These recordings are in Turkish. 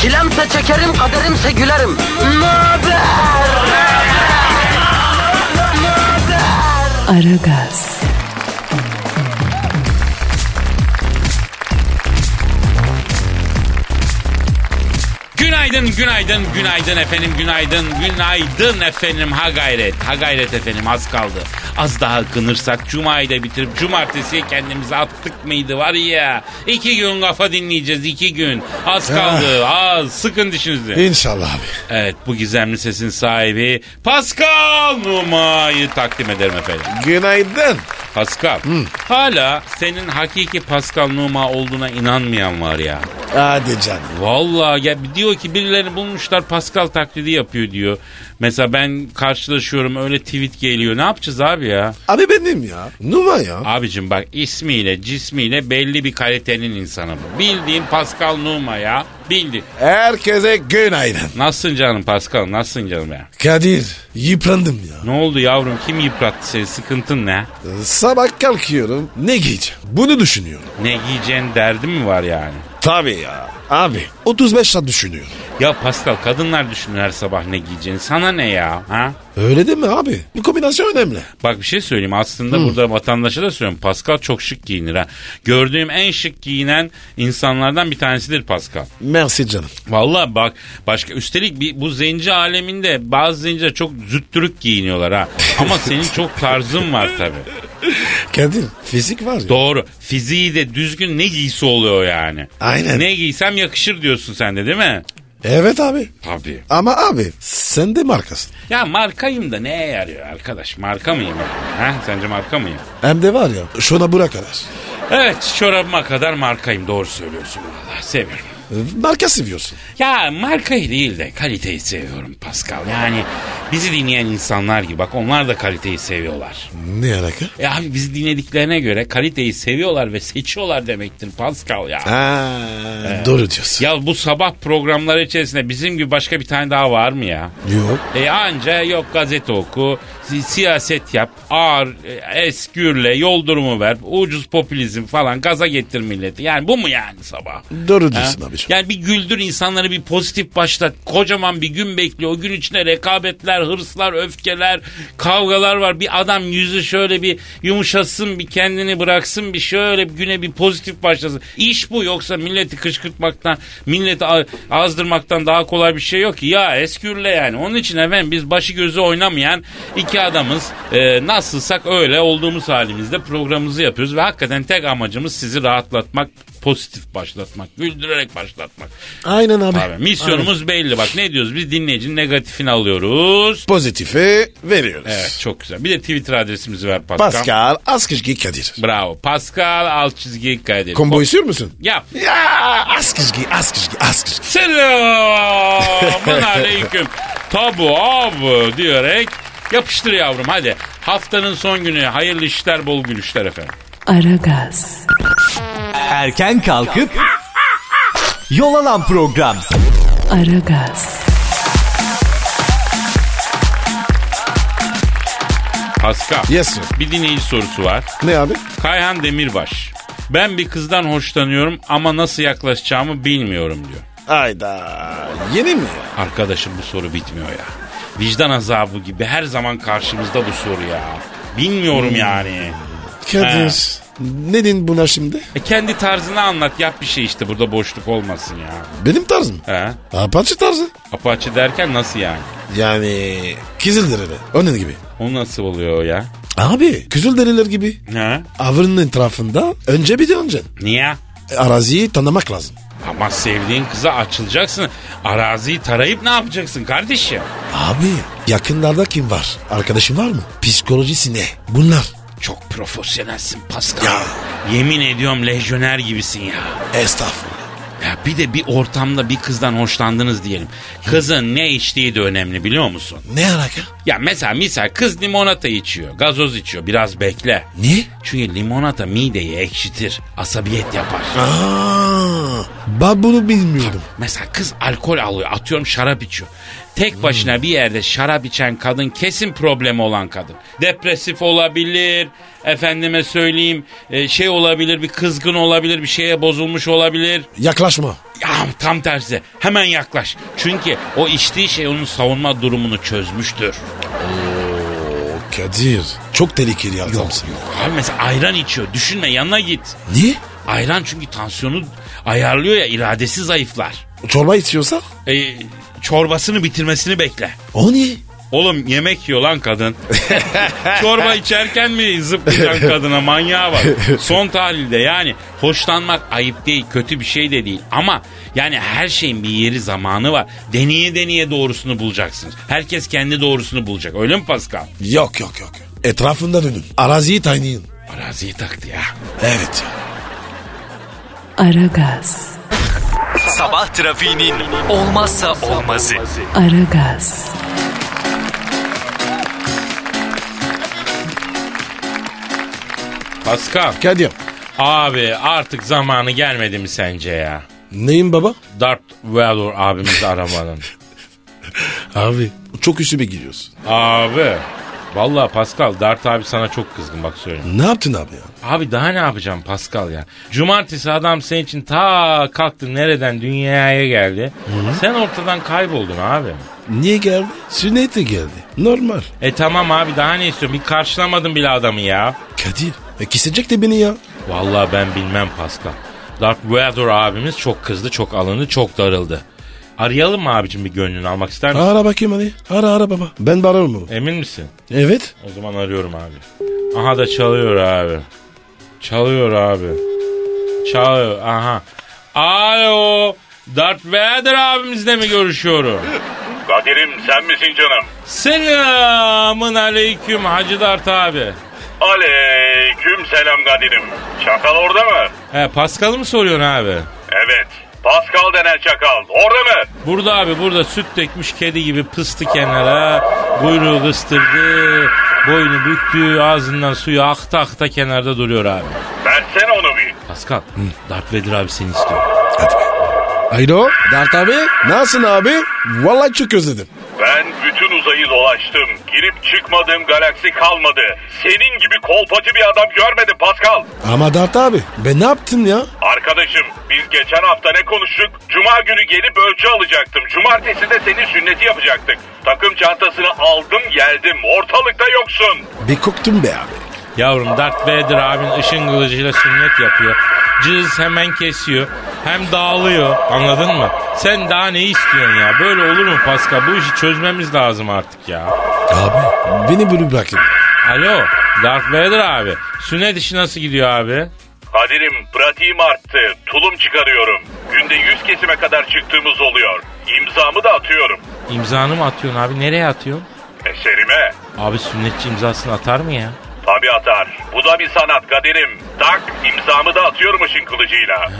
Çilemse çekerim, kaderimse gülerim. Möber! Aragaz, Günaydın, günaydın, günaydın efendim, günaydın, günaydın efendim. Ha gayret, ha gayret efendim az kaldı. Az daha kınırsak Cuma'yı da bitirip Cumartesi'ye kendimizi attık mıydı var ya. İki gün kafa dinleyeceğiz, iki gün. Az kaldı, az. Sıkın dişinizi. İnşallah abi. Evet bu gizemli sesin sahibi Pascal Numa'yı takdim ederim efendim. Günaydın. Pascal hala senin hakiki Pascal Numa olduğuna inanmayan var ya. Hadi canım. Vallahi ya diyor ki birilerini bulmuşlar Pascal taklidi yapıyor diyor. Mesela ben karşılaşıyorum öyle tweet geliyor ne yapacağız abi ya? Abi benim ya. Numa ya. Abicim bak ismiyle cismiyle belli bir kalitenin insanı bu. Bildiğin Pascal Numa ya bildi. Herkese günaydın. Nasılsın canım Pascal nasılsın canım ya? Kadir yıprandım ya. Ne oldu yavrum kim yıprattı seni sıkıntın ne? Sabah kalkıyorum. Ne giyeceğim? Bunu düşünüyorum. Ne giyeceğin derdi mi var yani? Tabii ya. Abi 35 saat düşünüyorum. Ya Pascal kadınlar düşünür her sabah ne giyeceğini. Sana ne ya? Ha? Öyle değil mi abi? Bu kombinasyon önemli. Bak bir şey söyleyeyim. Aslında burada vatandaşa da söylüyorum. Pascal çok şık giyinir ha. Gördüğüm en şık giyinen insanlardan bir tanesidir Pascal. Merci canım. Vallahi bak başka üstelik bir, bu zenci aleminde bazı zenciler çok züttürük giyiniyorlar ha. Ama senin çok tarzın var tabii. Kadir fizik var ya. Doğru. Fiziği de düzgün ne giysi oluyor yani. Aynen. Ne giysem yakışır diyorsun sen de değil mi? evet abi. Tabii. Ama abi sen de markasın. Ya markayım da neye yarıyor arkadaş? Marka mıyım? ben? Ha? Sence marka mıyım? Hem de var ya şuna bura kadar. Evet çorabıma kadar markayım doğru söylüyorsun valla seviyorum. Marka seviyorsun. Ya markayı değil de kaliteyi seviyorum Pascal. Yani bizi dinleyen insanlar gibi bak onlar da kaliteyi seviyorlar. Ne alaka? E abi bizi dinlediklerine göre kaliteyi seviyorlar ve seçiyorlar demektir Pascal ya. Ha, E, doğru diyorsun. Ya bu sabah programları içerisinde bizim gibi başka bir tane daha var mı ya? Yok. E anca yok gazete oku, si- siyaset yap, ağır, e, eskürle, yol durumu ver, ucuz popülizm falan gaza getir milleti. Yani bu mu yani sabah? Doğru diyorsun Ha? abiciğim. Yani bir güldür insanları bir pozitif başlat. Kocaman bir gün bekliyor. O gün içinde rekabetler, hırslar, öfkeler, kavgalar var. Bir adam yüzü şöyle bir yumuşasın, bir kendini bıraksın, bir şöyle bir güne bir pozitif başlasın. İş bu yoksa milleti kışkırtmaktan, milleti a- azdırmaktan daha kolay bir şey yok ki. Ya eskürle yani. Onun için efendim biz başı gözü oynamayan iki adamız. Ee, nasılsak öyle olduğumuz halimizde programımızı yapıyoruz ve hakikaten tek amacımız sizi rahatlatmak, pozitif başlatmak, güldürerek başlatmak. Aynen abi. Abi misyonumuz belli bak ne diyoruz biz dinleyicinin negatifini alıyoruz. Pozitife veriyoruz. Evet çok güzel. Bir de Twitter adresimizi ver Pascal. Pascal Askışki Kadir. Bravo. Pascal alt çizgi Kadir. Kombo istiyor musun? Yap. Ya Askışki, Askışki, Askışki. Selamun aleyküm. Tabu abi diyerek yapıştır yavrum hadi. Haftanın son günü hayırlı işler bol gülüşler efendim. Aragaz, Erken kalkıp yol alan program. Aragaz, Pascal. Yes sir. Bir dinleyici sorusu var. Ne abi? Kayhan Demirbaş. Ben bir kızdan hoşlanıyorum ama nasıl yaklaşacağımı bilmiyorum diyor. Ayda. Yeni mi? ya? Arkadaşım bu soru bitmiyor ya. Vicdan azabı gibi her zaman karşımızda bu soru ya. Bilmiyorum yani. Kadir. Ne din buna şimdi? E kendi tarzını anlat yap bir şey işte burada boşluk olmasın ya. Benim tarzım. He? Apache tarzı. Apache derken nasıl yani? Yani Kızılderili. Onun gibi. O nasıl oluyor ya? Abi Kızılderililer gibi. He? Avının etrafında önce bir de önce. Niye? E, Araziyi tanımak lazım. Ama sevdiğin kıza açılacaksın. Araziyi tarayıp ne yapacaksın kardeşim? Abi yakınlarda kim var? Arkadaşın var mı? Psikolojisi ne? Bunlar. Çok profesyonelsin Pascal. Ya. Yemin ediyorum lejyoner gibisin ya. Estağfurullah. Ya Bir de bir ortamda bir kızdan hoşlandınız diyelim. Kızın ne içtiği de önemli biliyor musun? Ne alaka? Ya mesela misal kız limonata içiyor, gazoz içiyor. Biraz bekle. Niye? Çünkü limonata mideyi ekşitir, asabiyet yapar. Aa, ben bunu bilmiyordum. Mesela kız alkol alıyor, atıyorum şarap içiyor. Tek başına bir yerde şarap içen kadın kesin problemi olan kadın. Depresif olabilir, efendime söyleyeyim e, şey olabilir, bir kızgın olabilir, bir şeye bozulmuş olabilir. Yaklaşma. Ya tam tersi hemen yaklaş. Çünkü o içtiği şey onun savunma durumunu çözmüştür. Kadir çok tehlikeli adamsın. Abi mesela ayran içiyor, düşünme yanına git. Niye? Ayran çünkü tansiyonu ayarlıyor ya iradesi zayıflar. Çorba içiyorsa? E, çorbasını bitirmesini bekle. O niye? Oğlum yemek yiyor lan kadın. Çorba içerken mi zıplayan kadına manyağa bak. Son tahlilde yani hoşlanmak ayıp değil, kötü bir şey de değil. Ama yani her şeyin bir yeri zamanı var. Deneye deneye doğrusunu bulacaksınız. Herkes kendi doğrusunu bulacak. Öyle mi Pascal? Yok yok yok. Etrafında dönün. Araziyi tanıyın. Araziyi taktı ya. Evet. Aragaz, Sabah trafiğinin olmazsa olmazı. Aragaz, Pascal. Kadir. Abi artık zamanı gelmedi mi sence ya? Neyim baba? Darth Vader abimizi aramanın. Abi. Çok üstüme giriyorsun. abi. Vallahi Pascal Dart abi sana çok kızgın bak söyleyeyim. Ne yaptın abi ya? Abi daha ne yapacağım Pascal ya? Cumartesi adam senin için ta kalktı nereden dünyaya geldi. Sen ortadan kayboldun abi. Niye geldi? Sünnete geldi. Normal. E tamam abi daha ne istiyorsun? Bir karşılamadın bile adamı ya. Kadir. E kesecek de beni ya. Vallahi ben bilmem Pascal. Darth Vader abimiz çok kızdı, çok alındı, çok darıldı. Arayalım mı abicim bir gönlünü almak ister misin? Ara bakayım hadi. Ara ara baba. Ben bağırırım onu. Emin misin? Evet. O zaman arıyorum abi. Aha da çalıyor abi. Çalıyor abi. Çalıyor aha. Alo. Darth Vader abimizle mi görüşüyorum? Kadir'im sen misin canım? Selamın aleyküm Hacı Dart abi. Aleyküm selam Kadir'im. Çakal orada mı? He Paskal'ı mı soruyorsun abi? Evet. Pascal denen çakal. Orada mı? Burada abi burada süt dökmüş kedi gibi pıstı kenara. Kuyruğu kıstırdı. Boynu büktü. Ağzından suyu akta akta kenarda duruyor abi. Versene onu bir. Paskal, Darth Vader abi seni istiyor. Alo. Dert abi. Nasılsın abi? Vallahi çok özledim. Ben bütün uzayı dolaştım. Girip çıkmadığım galaksi kalmadı. Senin gibi kolpacı bir adam görmedim Pascal. Ama Dert abi ben ne yaptım ya? Arkadaşım biz geçen hafta ne konuştuk? Cuma günü gelip ölçü alacaktım. Cumartesi de senin sünneti yapacaktık. Takım çantasını aldım geldim. Ortalıkta yoksun. Bir koktum be abi. Yavrum Darth Vader abin ışın kılıcıyla sünnet yapıyor. Cız hemen kesiyor. Hem dağılıyor anladın mı? Sen daha ne istiyorsun ya? Böyle olur mu Pascal? Bu işi çözmemiz lazım artık ya. Abi beni böyle bırakın. Alo Darth Vader abi. Sünnet işi nasıl gidiyor abi? Kadir'im pratiğim arttı. Tulum çıkarıyorum. Günde 100 kesime kadar çıktığımız oluyor. İmzamı da atıyorum. İmzanı mı atıyorsun abi? Nereye atıyorsun? Eserime. Abi sünnetçi imzasını atar mı ya? Tabi atar. Bu da bir sanat Kadir'im. Tak imzamı da atıyorum ışın kılıcıyla.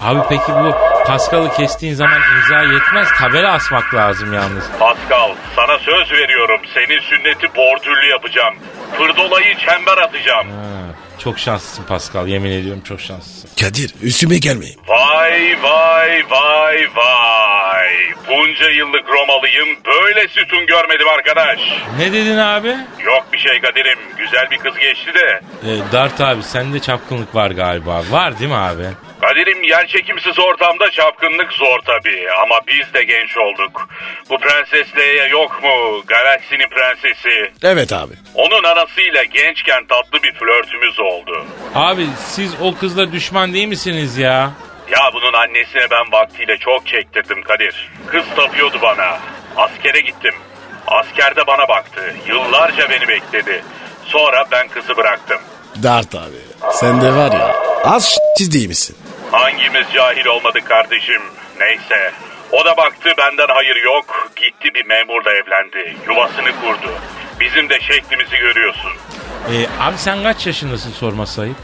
Abi peki bu Paskal'ı kestiğin zaman imza yetmez. Tabela asmak lazım yalnız. Pascal sana söz veriyorum. Senin sünneti bordürlü yapacağım. Fırdolayı çember atacağım. Ha, çok şanslısın Pascal yemin ediyorum çok şanslısın. Kadir üstüme gelmeyin. Vay vay vay vay. Bunca yıllık Romalıyım. Böyle sütun görmedim arkadaş. Ne dedin abi? Yok bir şey Kadir'im. Güzel bir kız geçti de. Ee, Dart abi sende çapkınlık var galiba. Var değil mi abi? Kadir'im yerçekimsiz ortamda çapkınlık zor tabii ama biz de genç olduk. Bu prenses Leia yok mu? Galaksinin prensesi. Evet abi. Onun anasıyla gençken tatlı bir flörtümüz oldu. Abi siz o kızla düşman değil misiniz ya? Ya bunun annesine ben vaktiyle çok çektirdim Kadir. Kız tapıyordu bana. Askere gittim. Askerde bana baktı. Yıllarca beni bekledi. Sonra ben kızı bıraktım. Dert abi. Sen de var ya. Az siz değil misin? Hangimiz cahil olmadı kardeşim? Neyse. O da baktı benden hayır yok. Gitti bir memurla evlendi. Yuvasını kurdu. Bizim de şeklimizi görüyorsun. Ee, abi sen kaç yaşındasın sorma sayıp?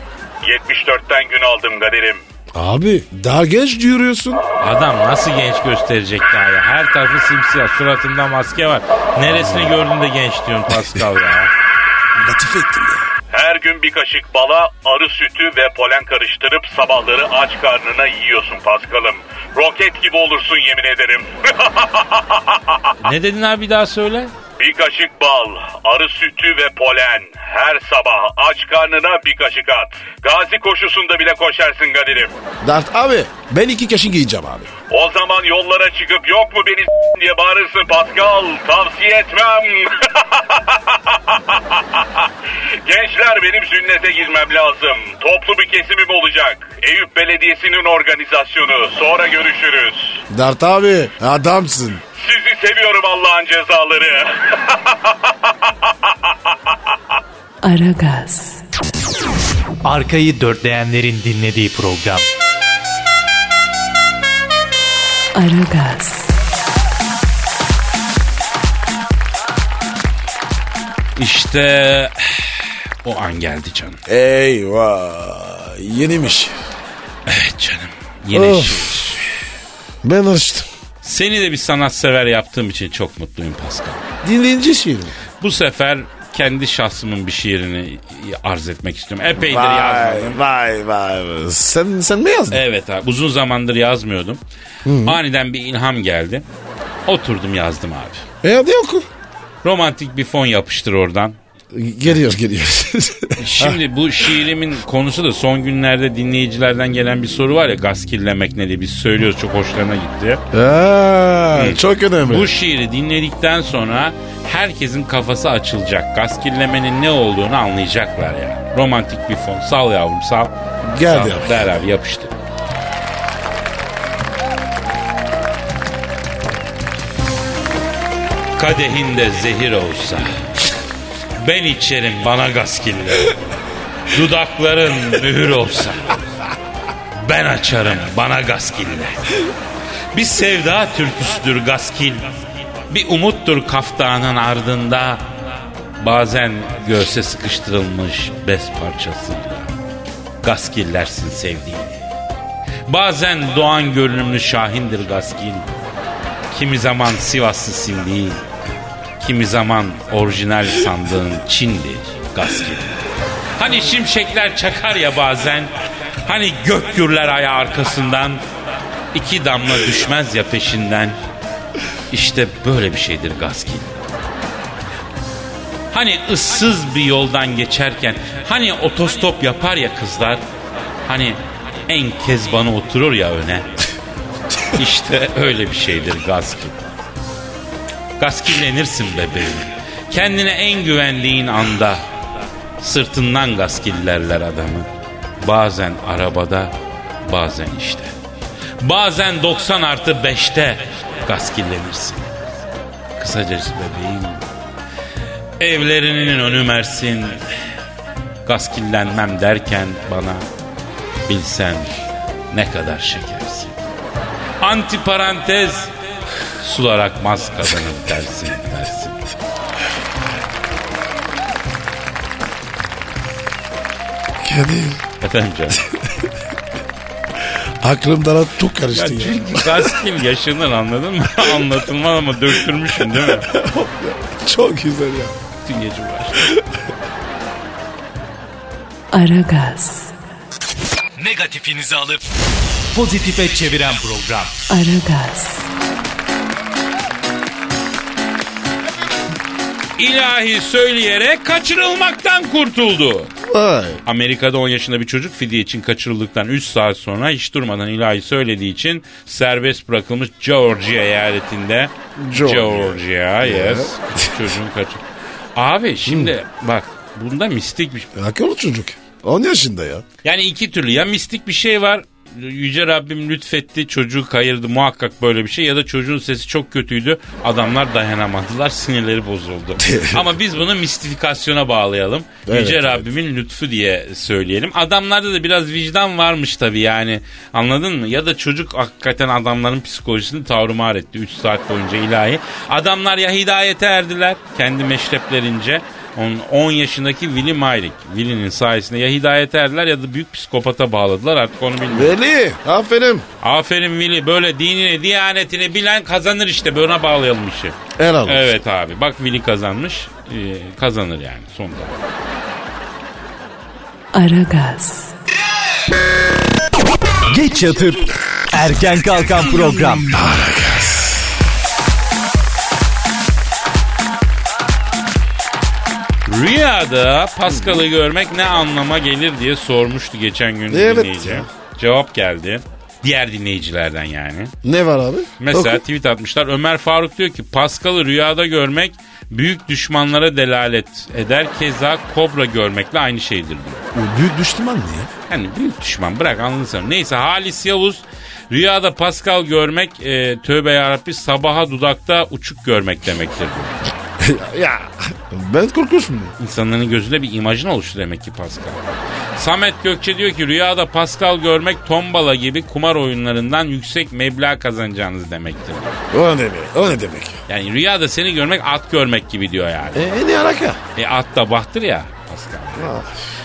74'ten gün aldım Kadir'im. Abi daha genç diyorsun. Adam nasıl genç gösterecek daha ya? Her tarafı simsiyah, suratında maske var. Neresini gördün de genç diyorsun Pascal ya? Latife ettim ya. Her gün bir kaşık bala, arı sütü ve polen karıştırıp sabahları aç karnına yiyorsun Paskal'ım. Roket gibi olursun yemin ederim. Ne dedin abi bir daha söyle. bir kaşık bal, arı sütü ve polen. Her sabah aç karnına bir kaşık at. Gazi koşusunda bile koşarsın Kadir'im. Dert abi ben iki kaşın giyeceğim abi. O zaman yollara çıkıp yok mu beni s- diye bağırırsın Pascal. Tavsiye etmem. Gençler benim sünnete girmem lazım. Toplu bir kesimim olacak. Eyüp Belediyesi'nin organizasyonu. Sonra görüşürüz. Dert abi adamsın. Sizi seviyorum Allah'ın cezaları. Aragaz, Arkayı dörtleyenlerin dinlediği program. Aragaz, İşte o an geldi canım. Eyvah yenimiş. Evet canım. Yine Of. şey. Ben alıştım. Seni de bir sanatsever yaptığım için çok mutluyum Pascal. Dinleyici şiir mi? Bu sefer kendi şahsımın bir şiirini arz etmek istiyorum. Epeydir yazmadım. Vay vay vay. Sen, sen mi yazdın? Evet abi uzun zamandır yazmıyordum. Aniden bir ilham geldi. Oturdum yazdım abi. E hadi oku. Romantik bir fon yapıştır oradan. Geliyor geliyor. Şimdi bu şiirimin konusu da son günlerde dinleyicilerden gelen bir soru var ya gaz kirlemek ne diye biz söylüyoruz çok hoşlarına gitti. Aa, çok önemli. Bu şiiri dinledikten sonra herkesin kafası açılacak. Gaz kirlemenin ne olduğunu anlayacaklar yani. Romantik bir fon. Sal yavrum sal. Geldi Sal. abi. Ver abi yapıştır. Kadehinde zehir olsa ben içerim bana gaz kirler. Dudakların mühür olsa ben açarım bana gaskille. Bir sevda türküsüdür gaskil. Bir umuttur kaftanın ardında. Bazen göğse sıkıştırılmış bez parçasıyla. Gaskillersin sevdiğini. Bazen doğan görünümlü şahindir gaskil. Kimi zaman Sivaslısın değil. Kimi zaman orijinal sandığın Çin'dir gaskil. Hani şimşekler çakar ya bazen. Hani gök gürler ayağı arkasından. iki damla düşmez ya peşinden. İşte böyle bir şeydir gazgil. Hani ıssız bir yoldan geçerken hani otostop yapar ya kızlar. Hani en kezbanı oturur ya öne. İşte öyle bir şeydir gazgil. Gaskillenirsin bebeğim. Kendine en güvendiğin anda Sırtından gaskillerler adamı. Bazen arabada, bazen işte. Bazen 90 artı 5'te gaskillenirsin. Kısacası bebeğim. Evlerinin önü Mersin. Gaskillenmem derken bana bilsen ne kadar şekersin. Antiparantez sular akmaz kadının dersin dersin. Kadir. Efendim canım. Aklım daha çok Ya karıştı ya. çünkü gaskil yaşanır anladın mı? Anlatılmaz ama döktürmüşsün değil mi? Çok güzel ya. Bütün gece uğraştım. Aragaz, Negatifinizi alıp pozitife çeviren program. Aragaz, İlahi söyleyerek kaçırılmaktan kurtuldu. Vay. Amerika'da 10 yaşında bir çocuk fidye için kaçırıldıktan 3 saat sonra hiç durmadan ilahi söylediği için serbest bırakılmış Georgia eyaletinde. Georgia. Georgia, yes. Çocuğun kaçır. Abi şimdi bak bunda mistik bir şey. Akıllı çocuk. 10 yaşında ya. Yani iki türlü ya mistik bir şey var. Yüce Rabbim lütfetti çocuğu kayırdı muhakkak böyle bir şey ya da çocuğun sesi çok kötüydü adamlar dayanamadılar sinirleri bozuldu. Ama biz bunu mistifikasyona bağlayalım. Evet, Yüce evet. Rabbimin lütfu diye söyleyelim. Adamlarda da biraz vicdan varmış tabii yani anladın mı? Ya da çocuk hakikaten adamların psikolojisini tavrımar etti 3 saat boyunca ilahi. Adamlar ya hidayete erdiler kendi meşreplerince Onun 10 yaşındaki Willy Mayrik. Willy'nin sayesinde ya hidayet erdiler ya da büyük psikopata bağladılar artık onu bilmiyorum. Veli aferin. Aferin Willy böyle dinini diyanetini bilen kazanır işte buna bağlayalım işi. Helal olsun. Evet abi bak Willy kazanmış Ee, kazanır yani sonunda. Aragaz, Geç yatıp erken kalkan program. Rüyada Pascal'ı görmek ne anlama gelir diye sormuştu geçen gün Evet dinleyici. ya. Cevap geldi. Diğer dinleyicilerden yani. Ne var abi? Mesela Oku. tweet atmışlar. Ömer Faruk diyor ki Pascal'ı rüyada görmek büyük düşmanlara delalet eder. Keza kobra görmekle aynı şeydir diyor. O büyük düşman ne ya? Yani büyük düşman bırak anladın sen. Neyse Halis Yavuz rüyada Pascal görmek e, tövbe yarabbi sabaha dudakta uçuk görmek demektir diyor. ya ben korkunç muyum? İnsanların gözünde bir imajın oluştu demek ki Pascal. Samet Gökçe diyor ki rüyada Pascal görmek tombala gibi kumar oyunlarından yüksek meblağ kazanacağınız demektir. O ne demek? O ne demek? Yani rüyada seni görmek at görmek gibi diyor yani. E, ne alaka? E at da bahtır ya Pascal.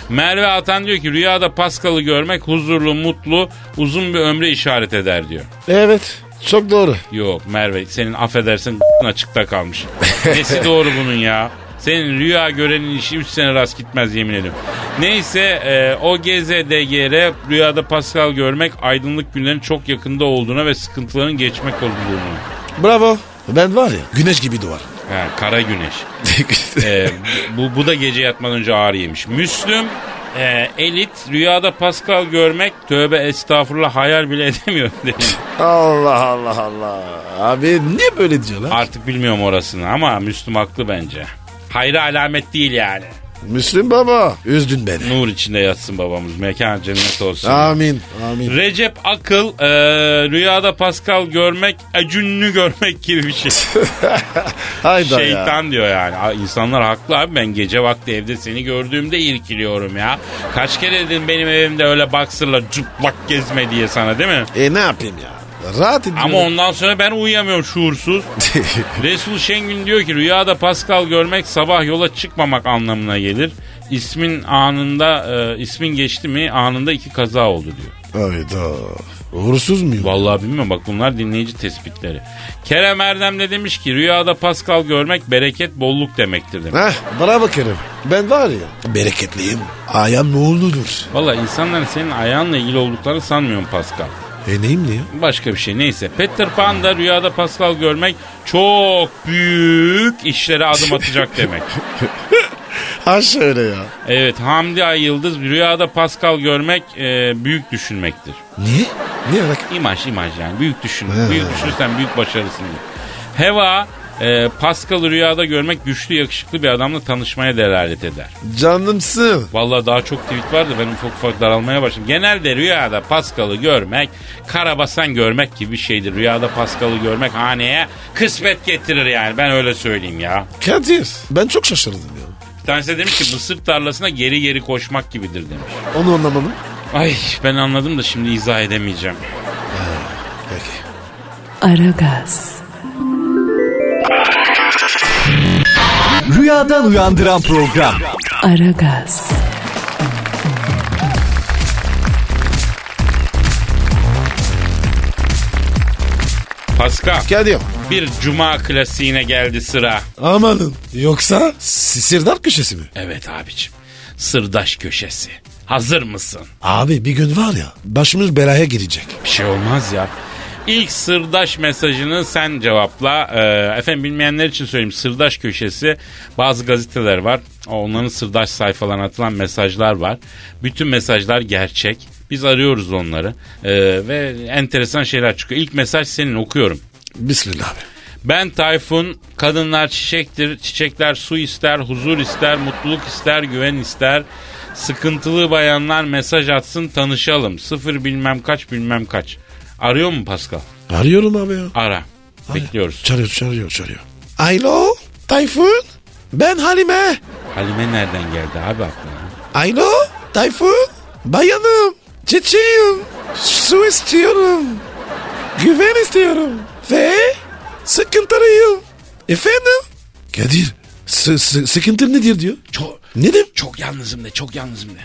Merve Atan diyor ki rüyada Pascal'ı görmek huzurlu, mutlu, uzun bir ömre işaret eder diyor. Evet çok doğru. Yok Merve senin affedersin açıkta kalmış. Nesi doğru bunun ya? Senin rüya görenin işi 3 sene rast gitmez yemin ederim. Neyse e, o GZDGR rüyada Pascal görmek aydınlık günlerin çok yakında olduğuna ve sıkıntıların geçmek olduğunu. Bravo. Ben var ya güneş gibi duvar. Ha, kara güneş. Ee, bu, bu da gece yatmadan önce ağır yemiş. Müslüm e, elit rüyada Pascal görmek tövbe estağfurullah hayal bile edemiyor demiş. Allah Allah Allah. Abi niye böyle diyorlar? Artık bilmiyorum orasını ama Müslüm haklı bence. Hayra alamet değil yani. Müslüm baba üzdün beni. Nur içinde yatsın babamız. Mekan cennet olsun. Amin. Amin. Recep Akıl e, rüyada Pascal görmek acünlü görmek gibi bir şey. Hayda ya. Şeytan diyor yani. A- İnsanlar haklı abi ben gece vakti evde seni gördüğümde irkiliyorum ya. Kaç kere dedim benim evimde öyle baksırla cıplak gezme diye sana değil mi? E ne yapayım ya? Rahat ediyorum. Ama ondan sonra ben uyuyamıyorum şuursuz. Resul Şengün diyor ki rüyada Pascal görmek sabah yola çıkmamak anlamına gelir. İsmin anında e, ismin geçti mi anında iki kaza oldu diyor. Hayda. Uğursuz muyum? Vallahi bilmiyorum bak bunlar dinleyici tespitleri. Kerem Erdem de demiş ki rüyada Pascal görmek bereket bolluk demektir demiş. Heh, bravo Kerim. Ben var ya. Bereketliyim. Ayağım oğludur. Valla insanların senin ayağınla ilgili olduklarını sanmıyorum Pascal. E neyim ne ya? Başka bir şey neyse. Peter Pan da rüyada Pascal görmek çok büyük işlere adım atacak demek. Ha şöyle ya. Evet Hamdi Ay Yıldız rüyada Pascal görmek e, büyük düşünmektir. Niye? Niye alaka? İmaj imaj yani büyük düşünmek. büyük düşünürsen büyük başarısın diyor. Heva e, Pascal'ı rüyada görmek güçlü yakışıklı bir adamla tanışmaya delalet eder. Canımsın. Vallahi daha çok tweet vardı ben ufak ufak daralmaya başladım. Genelde rüyada Paskal'ı görmek, karabasan görmek gibi bir şeydir. Rüyada Paskal'ı görmek haneye kısmet getirir yani ben öyle söyleyeyim ya. Kadir. Ben çok şaşırdım ya. Bir tanesi de demiş ki mısır tarlasına geri geri koşmak gibidir demiş. Onu anlamadım. Ay ben anladım da şimdi izah edemeyeceğim. Peki. Aragaz, Rüyadan uyandıran program. Aragaz, Paskal Kadir. bir cuma klasiğine geldi sıra. Amanın. Yoksa S- Sirdar köşesi mi? Evet abicim sırdaş köşesi. Hazır mısın? Abi bir gün var ya başımız belaya girecek. Bir şey olmaz ya. İlk sırdaş mesajını sen cevapla. Ee, efendim bilmeyenler için söyleyeyim. Sırdaş köşesi bazı gazeteler var. Onların sırdaş sayfalarına atılan mesajlar var. Bütün mesajlar gerçek. Biz arıyoruz onları. Ee, ve enteresan şeyler çıkıyor. İlk mesaj senin okuyorum. Bismillah abi. Ben Tayfun, kadınlar çiçektir, çiçekler su ister, huzur ister, mutluluk ister, güven ister. Sıkıntılı bayanlar mesaj atsın tanışalım. Sıfır bilmem kaç bilmem kaç. Arıyor mu Pascal? Arıyorum abi ya. Ara. Bekliyoruz. Çağırıyor çağırıyor çağırıyor. Alo Tayfun. Ben Halime. Halime nereden geldi abi aklına? Alo Tayfun. Bayanım. Çiçeğim. Su istiyorum. Güven istiyorum. Ve sıkıntılıyım. Efendim? Kadir Sı- sı- sıkıntın nedir diyor. Çok, Nedir? çok yalnızım de çok yalnızım de.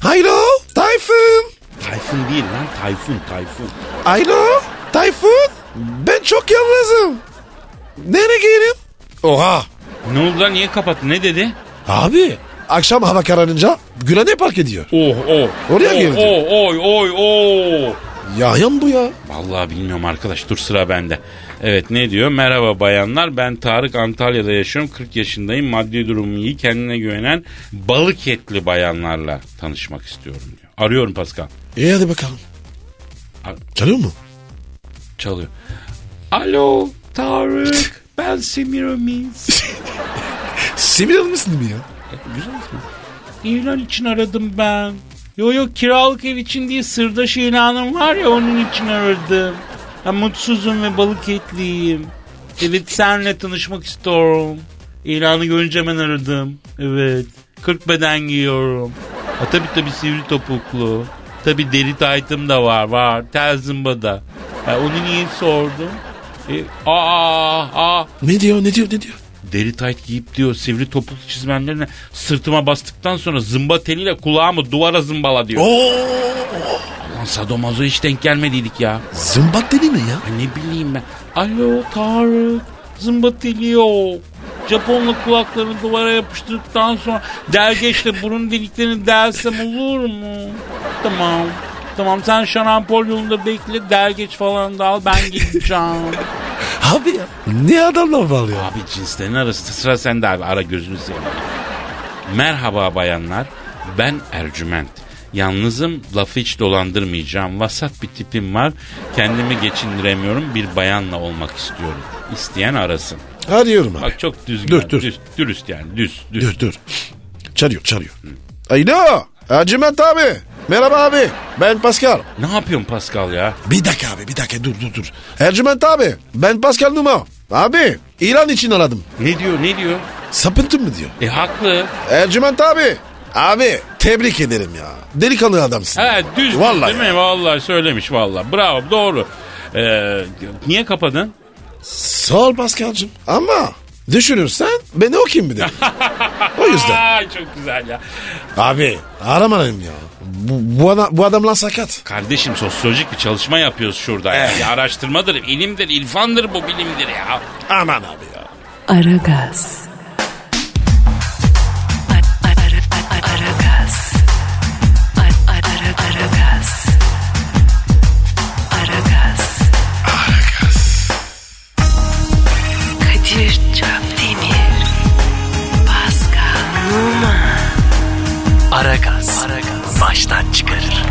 Hayro Tayfun. Tayfun değil lan Tayfun Tayfun. Hayro Tayfun. Ben çok yalnızım. Nereye gireyim? Oha. Ne oldu lan niye kapattı ne dedi? Abi akşam hava kararınca Gülhane Park ediyor. Oh oh. Oraya oh, girdi. Oh oy oy oy. Yayan bu ya. Vallahi bilmiyorum arkadaş dur sıra bende. Evet ne diyor? Merhaba bayanlar ben Tarık Antalya'da yaşıyorum 40 yaşındayım maddi durumum iyi kendine güvenen balık etli bayanlarla tanışmak istiyorum diyor. Arıyorum Pascal. İyi hadi bakalım. Ar- Çalıyor mu? Çalıyor. Alo Tarık ben Semiramis. Simil mısın mi ya? İlan için aradım ben. Yo yo kiralık ev için değil sırdaş ilanım var ya onun için aradım. Ben mutsuzum ve balık etliyim. Evet senle tanışmak istiyorum. İlanı görünce hemen aradım. Evet. 40 beden giyiyorum. Ha tabi tabi sivri topuklu. Tabi deri taytım da var var. Tel zımbada. Ha, onu niye sordum? E, aa, aa, Ne diyor ne diyor ne diyor? deri tayt giyip diyor sivri topuklu çizmenlerine sırtıma bastıktan sonra zımba teliyle kulağımı duvara zımbala diyor. Oo. Lan sadomazo hiç denk gelmediydik ya. Zımbat dedi mi ya? Ya ne bileyim ben. Alo Tarık zımba teli yok. Japonla kulaklarını duvara yapıştırdıktan sonra dergeçle burun deliklerini delsem olur mu? Tamam. Tamam sen şarampol yolunda bekle dergeç falan da al ben gideceğim. Abi ya. Ne adamlar var ya? Abi cinslerin arası sıra sende abi ara gözünü seveyim. Merhaba bayanlar ben Ercüment. Yalnızım lafı hiç dolandırmayacağım. Vasat bir tipim var. Kendimi geçindiremiyorum. Bir bayanla olmak istiyorum. İsteyen arasın. Arıyorum abi. Bak çok düzgün. Dur, yani, dur. Düz, dürüst yani düz. düz. Dur dur. Çağırıyor çağırıyor. Alo. Acımet abi. Merhaba abi. Ben Pascal. Ne yapıyorsun Pascal ya? Bir dakika abi bir dakika dur dur dur. Ercüment abi ben Pascal Numa. Abi ilan için aradım. Ne diyor ne diyor? Sapıntın mı diyor. E haklı. Ercüment abi. Abi tebrik ederim ya. Delikanlı adamsın. He düz Vallahi değil mi? Vallahi söylemiş vallahi. Bravo doğru. Ee, niye kapadın? Sağ ol Pascal'cığım. Ama düşünürsen beni okuyayım bir de. o yüzden. Ay çok güzel ya. Abi aramayayım ya. Bu, bu, adam, bu adam lan sakat. Kardeşim sosyolojik bir çalışma yapıyoruz şurada. ya. Bir araştırmadır, ilimdir, ilfandır bu bilimdir ya. Aman abi ya. Aragaz. Aragaz. Aragaz. Aragaz. Kadir Çapdemir. Pascal Numa. Aragaz. Baştan çıkarır.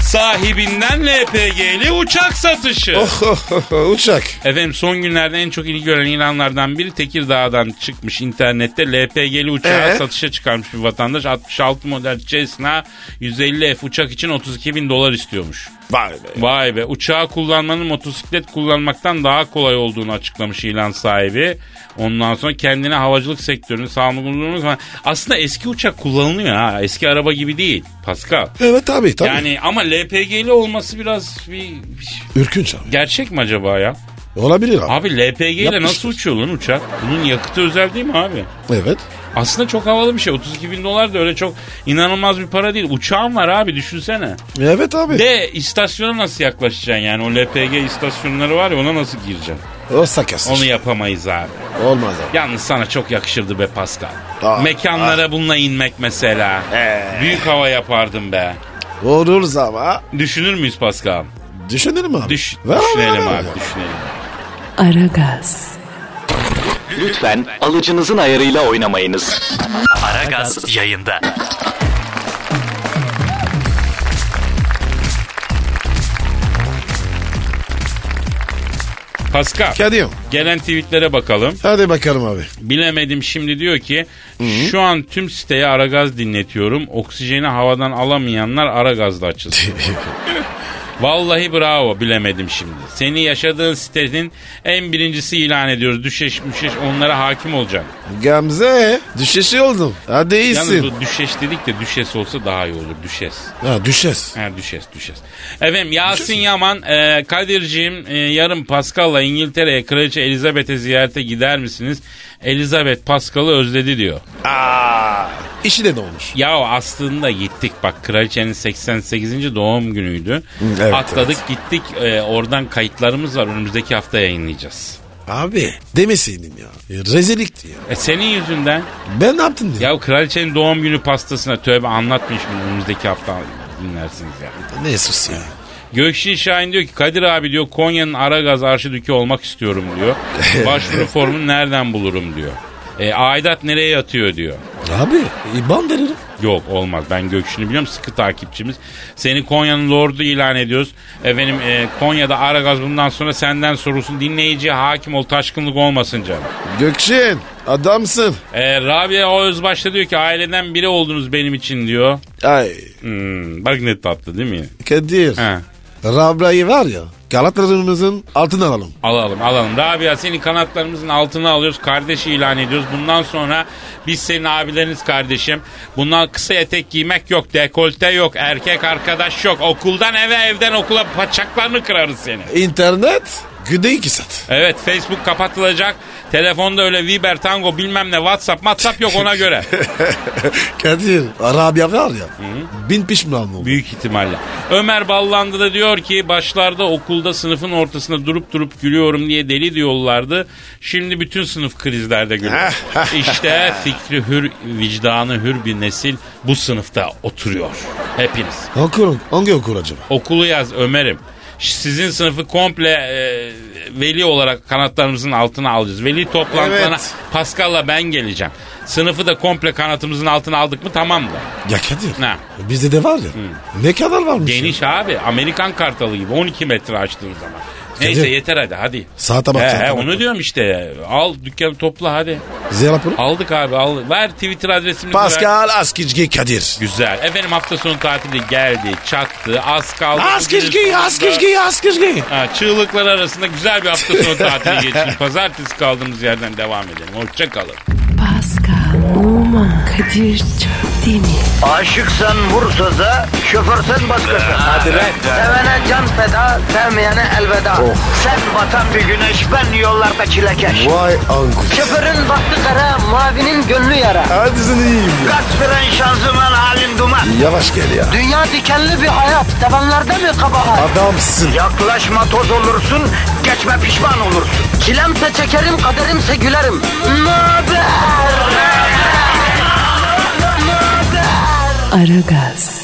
Sahibinden LPG'li uçak satışı. Uçak. Efendim son günlerde en çok ilgi gören ilanlardan biri Tekirdağ'dan çıkmış internette LPG'li uçağı Ee? satışa çıkarmış bir vatandaş. 66 model Cessna 150F uçak için 32 bin dolar istiyormuş. Vay be. Vay be uçağı kullanmanın motosiklet kullanmaktan daha kolay olduğunu açıklamış ilan sahibi. Ondan sonra kendine havacılık sektörünü savunduğumuz falan. Aslında eski uçak kullanılıyor ha eski araba gibi değil Pascal. Evet abi tabii. Yani ama LPG'li olması biraz bir, bir- Ürkünç abi. gerçek mi acaba ya? Olabilir abi. Abi LPG ile Yapmışlar. nasıl uçuyor lan uçak? Bunun yakıtı özel değil mi abi? Evet. Aslında çok havalı bir şey. 32 bin dolar da öyle çok inanılmaz bir para değil. Uçağın var abi düşünsene. Evet abi. De istasyona nasıl yaklaşacaksın yani o LPG istasyonları var ya ona nasıl gireceksin? o sakat. Onu yapamayız abi. Olmaz abi. Yalnız sana çok yakışırdı be Pascal. Ah, Mekanlara bununla inmek mesela. Büyük hava yapardım be. Oluruz ama. Düşünür müyüz Pascal? Düşünelim abi. Düş, Ver abi, düşünelim ver abi düşünelim. Aragaz. Lütfen alıcınızın ayarıyla oynamayınız. Aragaz yayında. Pascal. Kadir. Gelen tweetlere bakalım. Hadi bakalım abi. Bilemedim şimdi diyor ki şu an tüm siteye Aragaz dinletiyorum. Oksijeni havadan alamayanlar Aragaz'da açılsın. Vallahi bravo bilemedim şimdi. Seni yaşadığın sitenin en birincisi ilan ediyoruz. Düşeş müşeş onlara hakim olacaksın. Gamze düşesi oldum. Hadi Yalnız iyisin. bu düşeş dedik de düşes olsa daha iyi olur. Düşes. Ha, düşes. Ha, düşes düşes. Efendim Yasin Yaman, e, Kadir'ciğim e, yarın Pascal'la İngiltere'ye Kraliçe Elizabeth'e ziyarete gider misiniz? Elizabeth Pascal'ı özledi diyor. İşi de ne olmuş? Ya aslında gittik bak kraliçenin 88. doğum günüydü. evet, Atladık gittik E, oradan kayıtlarımız var önümüzdeki hafta yayınlayacağız. Abi demeseydin ya. E, Rezilikti ya. E senin yüzünden Ben ne yaptım diye. ya kraliçenin doğum günü pastasına tövbe anlatmayayım şimdi önümüzdeki hafta dinlersiniz ya. Ne sus ya. Gökşin Şahin diyor ki Kadir abi diyor Konya'nın Aragaz arşidükü olmak istiyorum diyor. Başvuru formunu nereden bulurum diyor. E, aidat nereye yatıyor diyor. Abi İban veririm. Yok olmaz. Ben Gökşin'i biliyorum. Sıkı takipçimiz. Seni Konya'nın lordu ilan ediyoruz. Efendim e, Konya'da Aragaz bundan sonra senden sorulsun. Dinleyiciye hakim ol. Taşkınlık olmasın canım. Gökşin adamsın. E, Rabia Özbaş da diyor ki aileden biri oldunuz benim için diyor. Ay Hmm, bak ne tatlı değil mi? Kadir. He. Rabra'yı var ya Galatasaray'ımızın altına alalım. Alalım alalım. Rabia seni kanatlarımızın altına alıyoruz. Kardeş ilan ediyoruz. Bundan sonra biz senin abileriniz kardeşim. Bundan kısa etek giymek yok. Dekolte yok. Erkek arkadaş yok. Okuldan eve evden okula paçaklarını kırarız seni. İnternet günde iki saat. Evet Facebook kapatılacak. Telefonda öyle Viber Tango bilmem ne WhatsApp WhatsApp yok ona göre. Kadir Rabia var ya bin pişman oldu. Büyük ihtimalle. Ömer Ballandı da diyor ki başlarda okulda sınıfın ortasında durup durup gülüyorum diye deli diyorlardı. Şimdi bütün sınıf krizlerde gülüyor. işte fikri hür, vicdanı hür bir nesil bu sınıfta oturuyor. Hepiniz. Okul, hangi okul acaba? Okulu yaz Ömer'im. Ş- Sizin sınıfı komple e, veli olarak kanatlarımızın altına alacağız. Veli toplantılarına Evet. Pascal'la ben geleceğim. Sınıfı da komple kanatımızın altına aldık mı tamam da. Ya Kadir Ne? bizde de var ya ne kadar varmış ya? Geniş abi. Amerikan kartalı gibi 12 metre açtığın zaman. Neyse Kadir. yeter hadi hadi. Saate bak. He, saate he, bak. onu diyorum işte. Al dükkanı topla hadi. Ziyar Apuru. Aldık abi al. Ver Twitter adresimizi ver. Pascal Askizgi Kadir. Güzel. Efendim hafta sonu tatili geldi, çattı, az kaldı. Askizgi, Askizgi, Askizgi. Ha, çığlıklar arasında güzel bir hafta sonu tatili geçirin. Pazartesi kaldığımız yerden devam edelim. Hoşçakalın. Pascal, Oman, Kadir çok değil mi? Aşıksan vursa da, şoförsen başkasın. Hadi Sevene can feda, sevmeyene elveda. Oh. Sen batan bir güneş, ben yollarda çilekeş. Vay anku. Şoförün baktı kara, mavinin gönlü yara. Hadi sen iyiyim ya. Kasperen şanzıman halin duman. Yavaş gel ya. Dünya dikenli bir hayat, sevenlerde mi kabahar? Adamsın. Yaklaşma toz olursun, geçme pişman olursun. Çilemse çekerim, kaderimse gülerim. Möber! Aragaz.